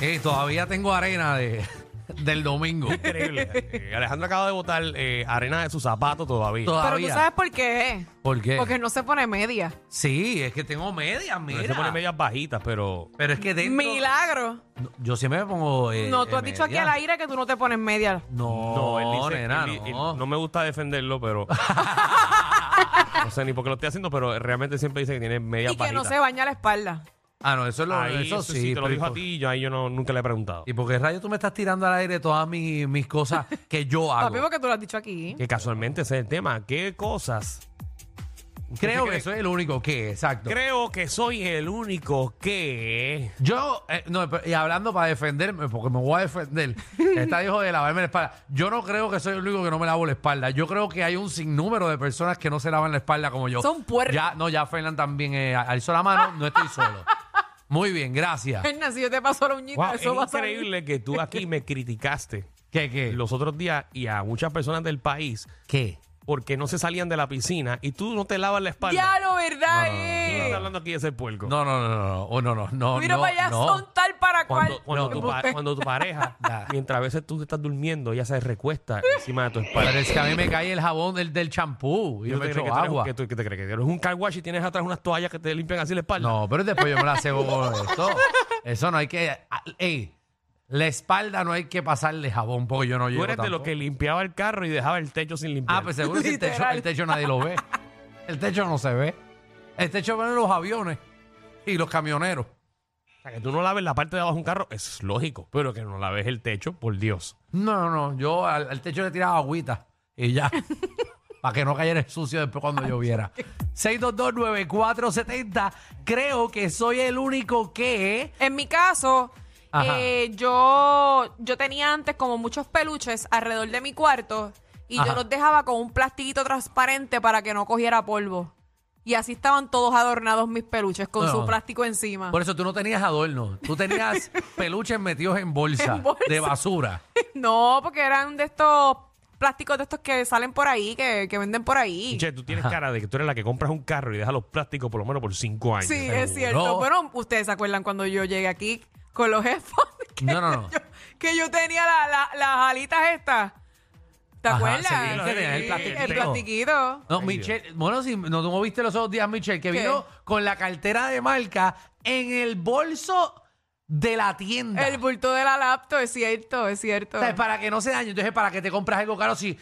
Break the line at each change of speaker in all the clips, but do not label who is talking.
Eh, todavía tengo arena de, del domingo.
Increíble. Eh, Alejandro acaba de botar eh, arena de su zapato todavía.
Todavía.
Pero tú sabes por qué, ¿eh?
¿Por qué?
Porque no se pone media.
Sí, es que tengo medias,
Pero
mira.
él se pone medias bajitas, pero.
Pero es que dentro...
Milagro.
No, Yo siempre me pongo... eh,
no, tú
eh,
has dicho aquí
medias.
al aire que tú no te pones media.
No,
él dice-
nena,
él- él-
no.
no me gusta defenderlo, pero. no sé ni por qué lo estoy haciendo, pero realmente siempre dice que tiene medias
Y que no
bajitas.
se baña la espalda.
Ah, no, eso, es lo,
Ahí,
eso
eso sí, te lo
pero ¿y
dijo a
por-
ti y yo ahí yo no, nunca le he preguntado.
¿Y por qué rayos tú me estás tirando al aire todas mis, mis cosas que yo hago?
Papi, porque tú lo has dicho aquí.
Que casualmente ese es el tema. ¿Qué cosas?
Creo
¿Usted
que soy el único que, exacto.
Creo que soy el único que.
Yo, eh, no, pero- y hablando para defenderme, porque me voy a defender, está hijo de lavarme la espalda. Yo no creo que soy el único que no me lavo la espalda. Yo creo que hay un sinnúmero de personas que no se lavan la espalda como yo.
Son puercos.
Ya, no, ya Fernan también eh, alzó la mano, no estoy solo. Muy bien, gracias.
Fernan, si yo te paso la uñita,
Wow, es
eso va a salir.
increíble que tú aquí me criticaste
¿Qué, qué?
los otros días y a muchas personas del país
¿Qué?
porque no se salían de la piscina y tú no te lavas la espalda. Ah,
Ya eh. lo verdad
¿Quién está
es.
hablando aquí de ese puerco?
No, no, no, no, no, oh, no, no, no.
Mira
no,
para allá,
no.
son tal para
Cuando,
cual.
cuando, tu, pa-
Embuste.
cuando tu pareja,
Nah.
mientras a veces tú estás durmiendo, ella se recuesta encima de tu espalda.
Pero es que a mí me cae el jabón del, del champú y yo
¿Tú
me
te
echo
crees que tú eres un-
agua.
que tú- que te crees que eres un car wash y tienes atrás unas toallas que te limpian así la espalda?
No, pero después yo me la cebo con esto. Eso no hay que. ah, Ey, la espalda no hay que pasarle jabón porque yo no
Tú
llevo.
eres de los
tampoco.
que limpiaba el carro y dejaba el techo sin limpiar.
Ah, pues seguro que el techo,
Literal.
el techo nadie lo ve. El techo no se ve. El techo ven los aviones y los camioneros.
O sea, que tú no laves la parte de abajo de un carro, es lógico, pero que no laves el techo, por Dios.
No, no, yo al, al techo le tiraba agüita y ya. Para que no cayera el sucio después cuando lloviera. 6229470. Creo que soy el único que.
En mi caso,
Ajá.
eh, yo, yo tenía antes como muchos peluches alrededor de mi cuarto y
Ajá.
yo los dejaba con un plastiquito transparente para que no cogiera polvo. Y así estaban todos adornados mis peluches con
No.
su plástico encima.
Por eso tú no tenías adorno. Tú tenías peluches metidos en bolsa,
En bolsa.
de basura.
No, porque eran de estos plásticos de estos que salen por ahí, que, que venden por ahí.
Che, tú tienes cara de que tú eres la que compras un carro y dejas los plásticos por lo menos por cinco años.
Sí,
seguro.
es cierto. Bueno, ustedes se acuerdan cuando yo llegué aquí con los headphones. Que
No, no, no.
Yo, que yo tenía la- la- las alitas estas. ¿Te
Ajá,
acuerdas?
sí,
lo tenía, el plastiquito.
El plastiquito.
No,
Ay,
Michelle, bueno, si no no viste los otros días, Michelle, que
¿Qué?
vino con la cartera de marca en el bolso de la tienda.
El bulto de la laptop, es cierto, es cierto.
O sea, Para que no se dañe. Entonces, ¿para que te compras algo caro si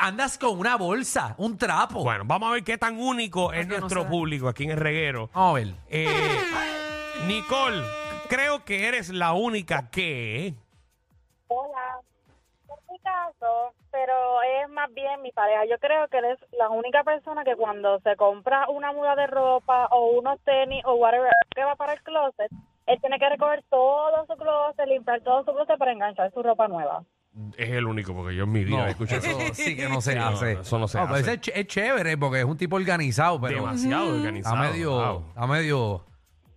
andas con una bolsa, un trapo?
Bueno, vamos a ver qué tan único es
que no
nuestro
sea.
público aquí en el reguero.
Vamos a ver.
Eh, Nicole, creo que eres la única que...
Hola. En mi caso, pero es más bien mi pareja. Yo creo que él es la única persona que cuando se compra una muda de ropa o unos tenis o whatever que va para el closet, él tiene que recoger todo su closet, limpiar todo su closet para enganchar su ropa nueva.
Es el único, porque yo en mi vida
No,
he escuchado eso.
eso sí que no se
Sí, no,
hace.
no, eso no se
pero
hace.
ese es, ch- es chévere porque es un tipo organizado, pero
Demasiado organizado.
está medio,
wow.
está medio,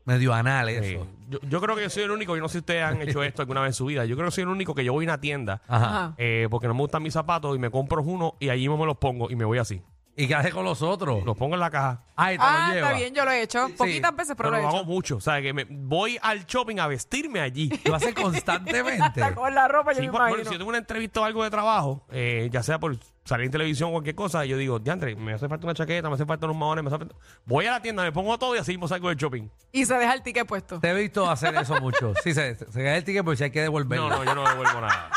medio anal
Sí.
eso.
Yo, yo creo que yo soy el único, yo no sé si ustedes han hecho esto alguna vez en su vida, yo creo que soy el único que yo voy a una tienda
Ajá.
Ajá.
eh, porque no me gustan mis zapatos y me compro uno y allí mismo me los pongo y me voy así.
¿Y qué haces con los otros?
Los pongo en la caja.
Ay, te
ah,
lo lleva.
está bien, yo lo he hecho. Poquitas veces,
Pero
pero,
lo
lo he
hago
hecho.
mucho, o sea, que me, voy al shopping a vestirme allí.
Lo hace constantemente.
Hasta con la ropa, yo
Sí,
me
por- bueno, si
imagino.
yo tengo una entrevista o algo de trabajo, eh, ya sea por salir en televisión o cualquier cosa, yo digo, diantre, me hace falta una chaqueta, me hace falta unos maones, me hace falta... Voy a la tienda, me pongo todo y así mismo salgo del shopping.
Y se deja el ticket puesto.
Te he visto hacer eso mucho. Sí, se, se cae el ticket porque si hay que devolverlo.
No, no, yo no devuelvo nada.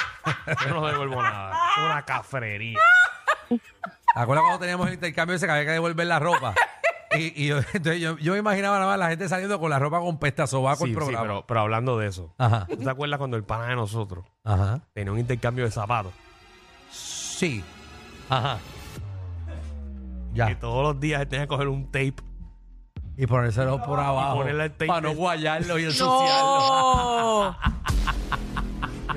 Yo no devuelvo nada. Es una cafrería.
¿Te acuerdas cuando teníamos el intercambio ese que había que devolver la ropa? Y, y yo, entonces yo, yo me imaginaba nada más la gente saliendo con la ropa con pesta sobaco
Sí,
el
sí,
programa.
pero, pero hablando de eso,
Ajá,
¿tú te acuerdas cuando el pana de nosotros
ajá.
tenía un intercambio de zapatos?
Sí. Ajá. Ya. Ah.
Que todos los días él tenía que coger un tape.
Y ponérselo por abajo.
ponerle el tape.
para no guayarlo y ensuciarlo.
No.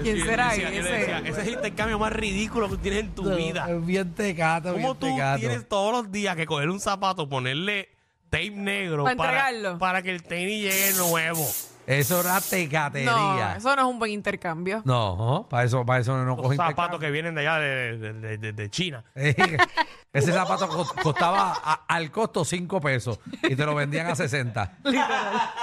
¿Quién
Yo
será
decía- yo le decía,
ese?
ese es el intercambio más ridículo que tienes en tu vida.
Es bien tecato,
¿Cómo
bien
tú
tecato.
tienes todos los días que coger un zapato, ponerle tape negro
Pa'
para,
entregarlo.
para que el tenis llegue nuevo?
Eso era
No,
tecatería.
eso no es un buen intercambio.
No, ¿no? para eso, para eso no
Los
cogen
zapatos que vienen de allá, de, de- de- de- de China.
Eh, Ese zapato co- costaba a- al costo 5 pesos y te lo vendían a 60.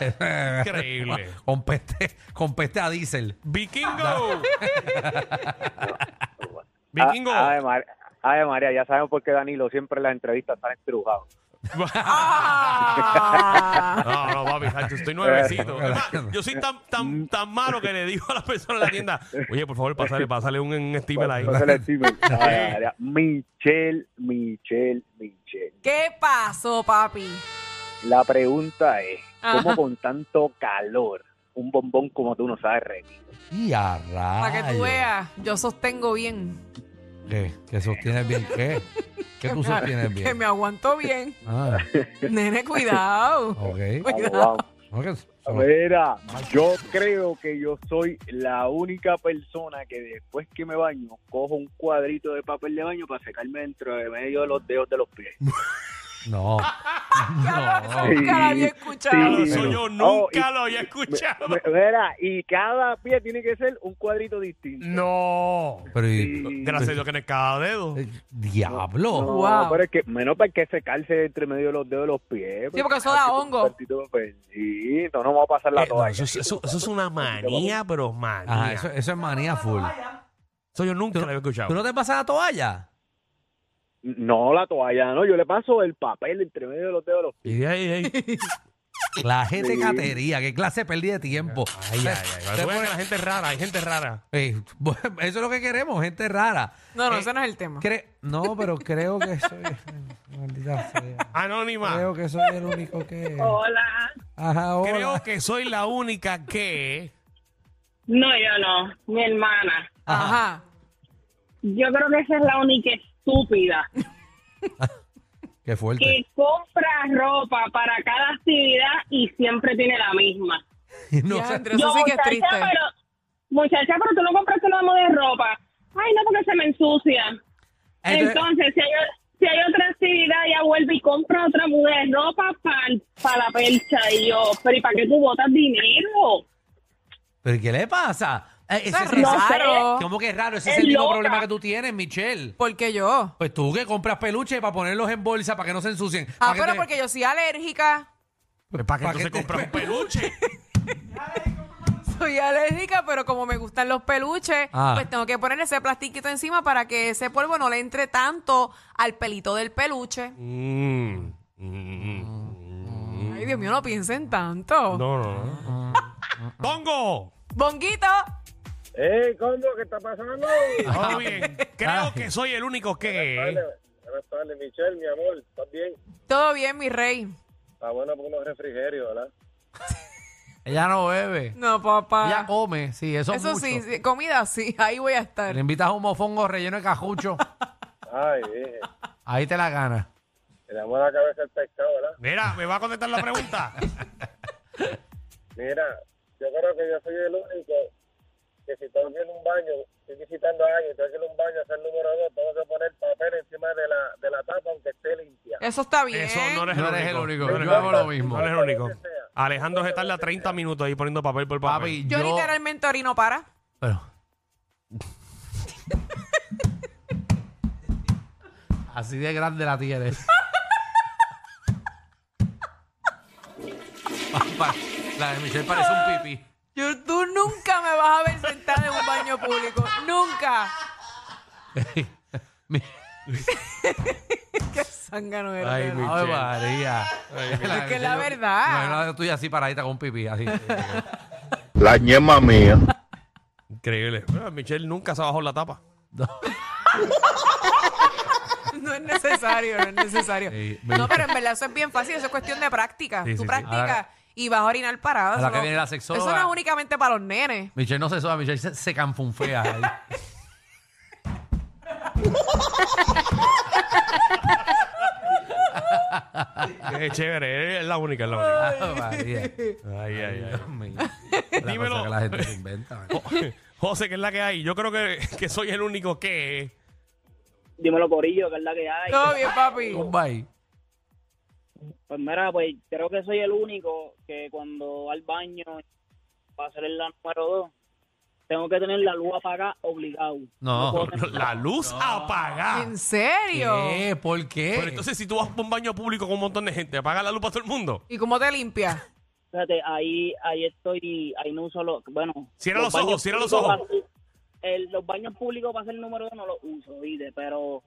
Eh,
Increíble.
con, peste, con peste a diésel.
Vikingo. Vikingo.
A- Ah, Ave Mar- Ave María, ya sabemos por qué Danilo siempre en las entrevistas están estrujados.
Ah.
No, no, papi, Sancho, estoy nuevecito. Es más, yo soy tan, tan, tan malo que le digo a la persona en la tienda, oye, por favor, pásale, pásale un, un steamer ahí.
Entonces le decimos, Ave María, Michelle, Michelle, Michelle.
¿Qué pasó, papi?
La pregunta es, ¿cómo
Ajá.
con tanto calor un bombón como tú no sabes rendir?
Y a
Para que tú
rayos.
veas, yo sostengo bien.
¿Qué? ¿Que sostienes bien qué? ¿Qué tú sostienes
Que
bien?
me aguanto bien.
Ah,
Nene, cuidado.
ok.
Vamos,
Cuidado.
vamos.
No, que-
Mira, yo creo que yo soy la única persona que después que me baño, cojo un cuadrito de papel de baño para secarme dentro de medio de los dedos de los pies.
No.
Ya lo-
No.
eso nunca la había
Sí,
escuchado.
sí.
Eso yo
Oh,
nunca
y-
lo había escuchado.
Me- Mira, y cada pie tiene que ser un cuadrito distinto.
No.
Pero, y-
Y-
Gracias a Dios que no es cada dedo.
eh,
No,
diablo.
Wow.
pero es que menos para que secarse entre medio de los dedos de los pies. pues,
porque eso da
así con un
hongo.
cuartito de papel. Sí, no nos va a pasar la
Eh, no,
toalla.
eso, es- eso- eso es una manía, pero manía.
Ajá, eso,
eso,
eso es manía full.
yo nunca lo había
¿Tú
escuchado.
no te pasas la toalla?
No, la toalla, no. Yo le paso el papel entre medio de los dedos de los pies.
Y de ahí, de ahí.
La gente
Sí.
catería, qué clase de pérdida de tiempo.
Ay, ay, ay. Tú
Te
ves que
pones-
la gente es rara, hay gente rara.
Eh, bueno, eso es lo que queremos, gente rara.
No, no,
Eh,
ese no es el tema.
Cre- no, pero creo que soy. Maldita sea.
Anónima.
Creo que soy el único que.
Hola.
Ajá, hola.
Creo que soy la única que.
No, yo no. Mi hermana.
Ajá.
Ajá.
Yo creo que esa es la única estúpida
Qué fuerte.
que compra ropa para cada actividad y siempre tiene la misma.
No
Ya,
sé.
Andrés, eso
Yo,
sí que es
muchacha,
triste.
Pero, muchacha, pero tú no compraste un amo de ropa. Ay, no, porque se me ensucia.
Entonces-
Entonces, si, hay, si hay otra actividad, ella vuelve y compra otra muda de ropa para la percha. Y yo, pero ¿y para qué tú botas dinero?
¿Pero ¿y qué le pasa? Eh, ese
Eso es
es-
No sé.
raro.
¿Cómo que es raro? Ese es,
Es
el mismo
loca.
problema que tú tienes, Michelle.
¿Por qué yo?
Pues tú que compras peluches para ponerlos en bolsa para que no se ensucien.
Ah,
Para que
pero
te-
porque yo soy alérgica.
¿Para que
Pa'
tú
que
se
Pues, te-
compras un peluche?
Soy alérgica, pero como me gustan los peluches,
Ah.
pues tengo que poner ese plastiquito encima para que ese polvo no le entre tanto al pelito del peluche.
Mm, mm, mm.
Ay, Dios mío, no piensen tanto.
No, no, no. ¡Pongo!
Bonguito.
¡Eh, ¿cómo? ¿Qué está pasando?
Ah.
Todo bien. Creo
Ay.
que soy el único que.
Buenas tardes, Michelle, mi amor. ¿Estás bien?
Todo bien, mi rey.
Está bueno por unos refrigerios, ¿verdad?
Ella no bebe.
No, papá.
Ella come, sí, eso,
Ah. Eso
oh, mucho.
sí, sí, comida sí, ahí voy a estar.
Le invitas a un mofongo relleno de cajucho.
Ay, dije.
Ahí te la ganas.
Tenemos la cabeza el pescado, ¿verdad?
Mira, me va a contestar la pregunta.
Mira, yo creo que yo soy el único que si tengo que ir a un baño, estoy visitando a alguien, tengo que ir a un baño, hacer el número dos, tengo que poner papel encima de la, de la tapa aunque esté limpia.
Eso está bien.
Eso no eres,
No
el,
eres el
único.
único.
No eres
Yo
el
hago lo mismo.
No eres el único. Alejandro se tarda 30 minutos ahí poniendo papel por
Papi,
papel.
yo,
yo.
literalmente orino para.
Pero- Así de grande la tienes. Papá, la de Michelle parece un pipí.
Yo- tú nunca me vas a ver sentada en un baño público. Nunca.
Mi-
Qué zángano eres.
Ay,
de
mi-
verdad.
Ay,
Michelle.
María.
Es que es la verdad.
No, no, tuya así paradita con pipí, así.
La ñema mía.
Increíble. Bueno, Michelle nunca se bajó la tapa.
No es necesario, no es necesario.
Sí, me-
no, pero en verdad eso es bien fácil, eso es cuestión de práctica.
Sí,
tú
sí, sí.
practicas y vas a orinar parado.
A la
eso
que
no-
viene la sexóloga.
Eso no es únicamente para los nenes.
Michelle no se soba, Michelle se, se canfunfea. ahí.
Es chévere, es la única, es la única.
Ay, María.
Ay, ay, ay.
Dios mío. La
Dímelo.
cosa que la gente se inventa. ¿vale?
José, que es la que hay. Yo creo que, que soy el único que.
Dímelo, Corillo, que es la que hay.
Todo bien, papi.
Un bye.
Pues mira, pues creo que soy el único que cuando va al baño para hacer el número dos, tengo que tener la luz apagada obligado.
No.
puedo tener-
La luz apagada.
¿En serio?
¿Qué? ¿Por qué?
Pero entonces, si tú vas a un baño público con un montón de gente, apaga la luz para todo el mundo.
¿Y cómo te limpias?
Fíjate, ahí, ahí estoy, ahí no uso los, bueno.
Cierra los ojos,
baños
cierra los
públicos
ojos.
para- el- los baños públicos para ser número uno no los uso, ¿viste? Pero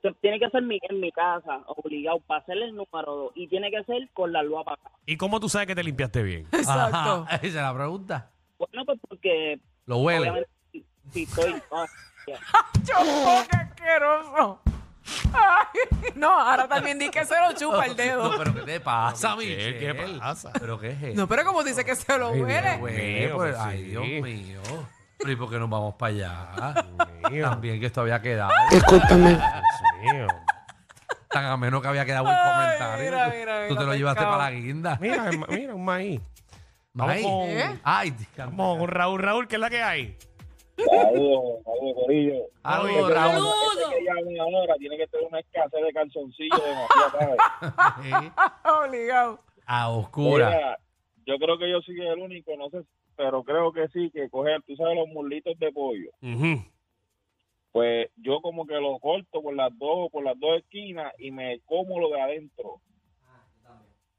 se- tiene que ser mi- en mi casa, obligado, para ser el número dos. Y tiene que ser con la luz apagada.
¿Y cómo tú sabes que te limpiaste bien?
Exacto.
Ajá, esa es la pregunta.
Bueno, pues porque,
Lo huele.
obviamente, si, si estoy... ah, ya.
¡Chocó, oh, qué asqueroso! Ay, no, ahora también di que se lo chupa el
No,
dedo.
pero ¿qué te pasa, Michelle?
Michelle, ¿qué pasa?
¿Pero qué es eso?
No, pero como dice que se lo huele.
Güey,
mío,
pues,
pues,
ay,
sí.
Dios mío. Pero ¿y por qué nos vamos para allá?
mío.
También que esto había quedado.
Dios mío.
Tan a menos que había quedado el
Ay,
comentario.
mira, mira, mira,
Tú te lo llevaste
pescado.
para la guinda.
Mira, ma- mira, un maíz. Vamos
Ay,
con-
¿Eh?
ay, Dios.
Vamos con Raúl, Raúl, ¿qué es la que hay?
Saludos, saludos, Corillo.
Algo, Raúl.
¡Saludos!
Que llamen ahora, tiene que tener una escasez de calzoncillos de Matías, ¿sabes?
Sí,
Obligado.
A oscura.
Mira, yo creo que yo soy el único, no sé, pero creo que sí, que coger, tú sabes, los muslitos de pollo.
Ujú.
Pues yo como que los corto por las dos, por las dos esquinas y me como lo de adentro.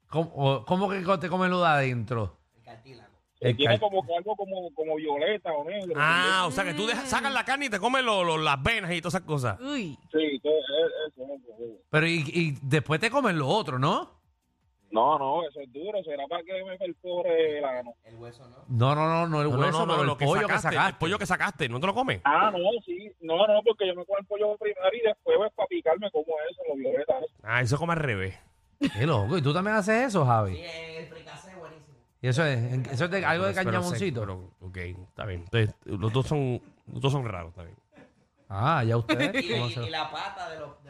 ¿Cómo, o- cómo que te comes lo de adentro?
Que
El
tiene
cartílago.
como que algo como, como violeta o negro.
Ah, o sea que tú dejas, sacas la carne y te comes lo- lo- las venas y todas esas cosas.
Uy.
Sí, que es- eso, eso, eso.
Pero y, y después te comes lo otro, ¿no?
No, no, eso es duro, será para que me perfore el ano.
No, no, no, no el
No, no,
hueso,
no, no,
pero
lo
el pollo que sacaste.
El pollo que sacaste, ¿no te lo comes?
Ah, no, sí, no, no, porque yo me como el pollo primero y después pues, para picarme como eso, lo violeta. ¿eh?
Ah, eso come al revés.
Qué loco. ¿Y tú también haces eso, Javi? Sí, el fricase es buenísimo. ¿Y eso es, en- eso es de, algo de
Pero- pero sé-
cañamoncito?
pero- Ok, está bien. Entonces, los dos son, los dos son raros, está bien.
Ah, ya ustedes. ¿cómo se-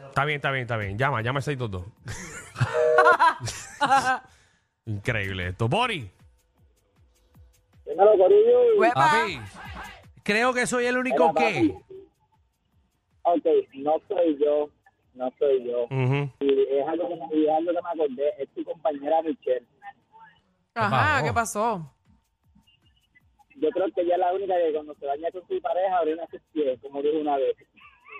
Está bien, está bien, está bien. Llama, llama al 622. Increíble esto. Bori.
Huepa.
Papi, creo que soy el único que.
Ok, no soy yo, no soy yo.
Ujú.
Y es algo, que- y es algo que me acordé, es tu compañera Michelle.
Ajá,
pasó?
¿qué pasó?
Yo creo que ella es la única que cuando se baña con su pareja abre una pies, como dijo una vez.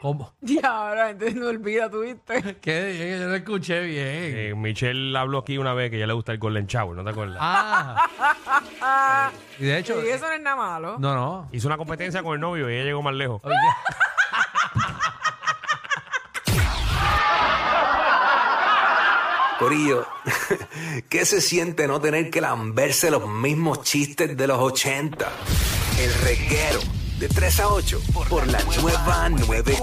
¿Cómo?
Ya, ahora entonces no olvida, ¿tuviste?
Que yo lo escuché bien.
Eh, Michelle habló aquí una vez que ya le gusta el Golden Shower, ¿no te acuerdas?
Ah,
Ah,
y de hecho.
y eso no es nada malo.
No, no.
Hizo una competencia con el novio y ella llegó más lejos.
Oye,
Corillo, ¿qué se siente no tener que lamberse los mismos chistes de los 80? El reguero de 3 a 8 por la nueva 9.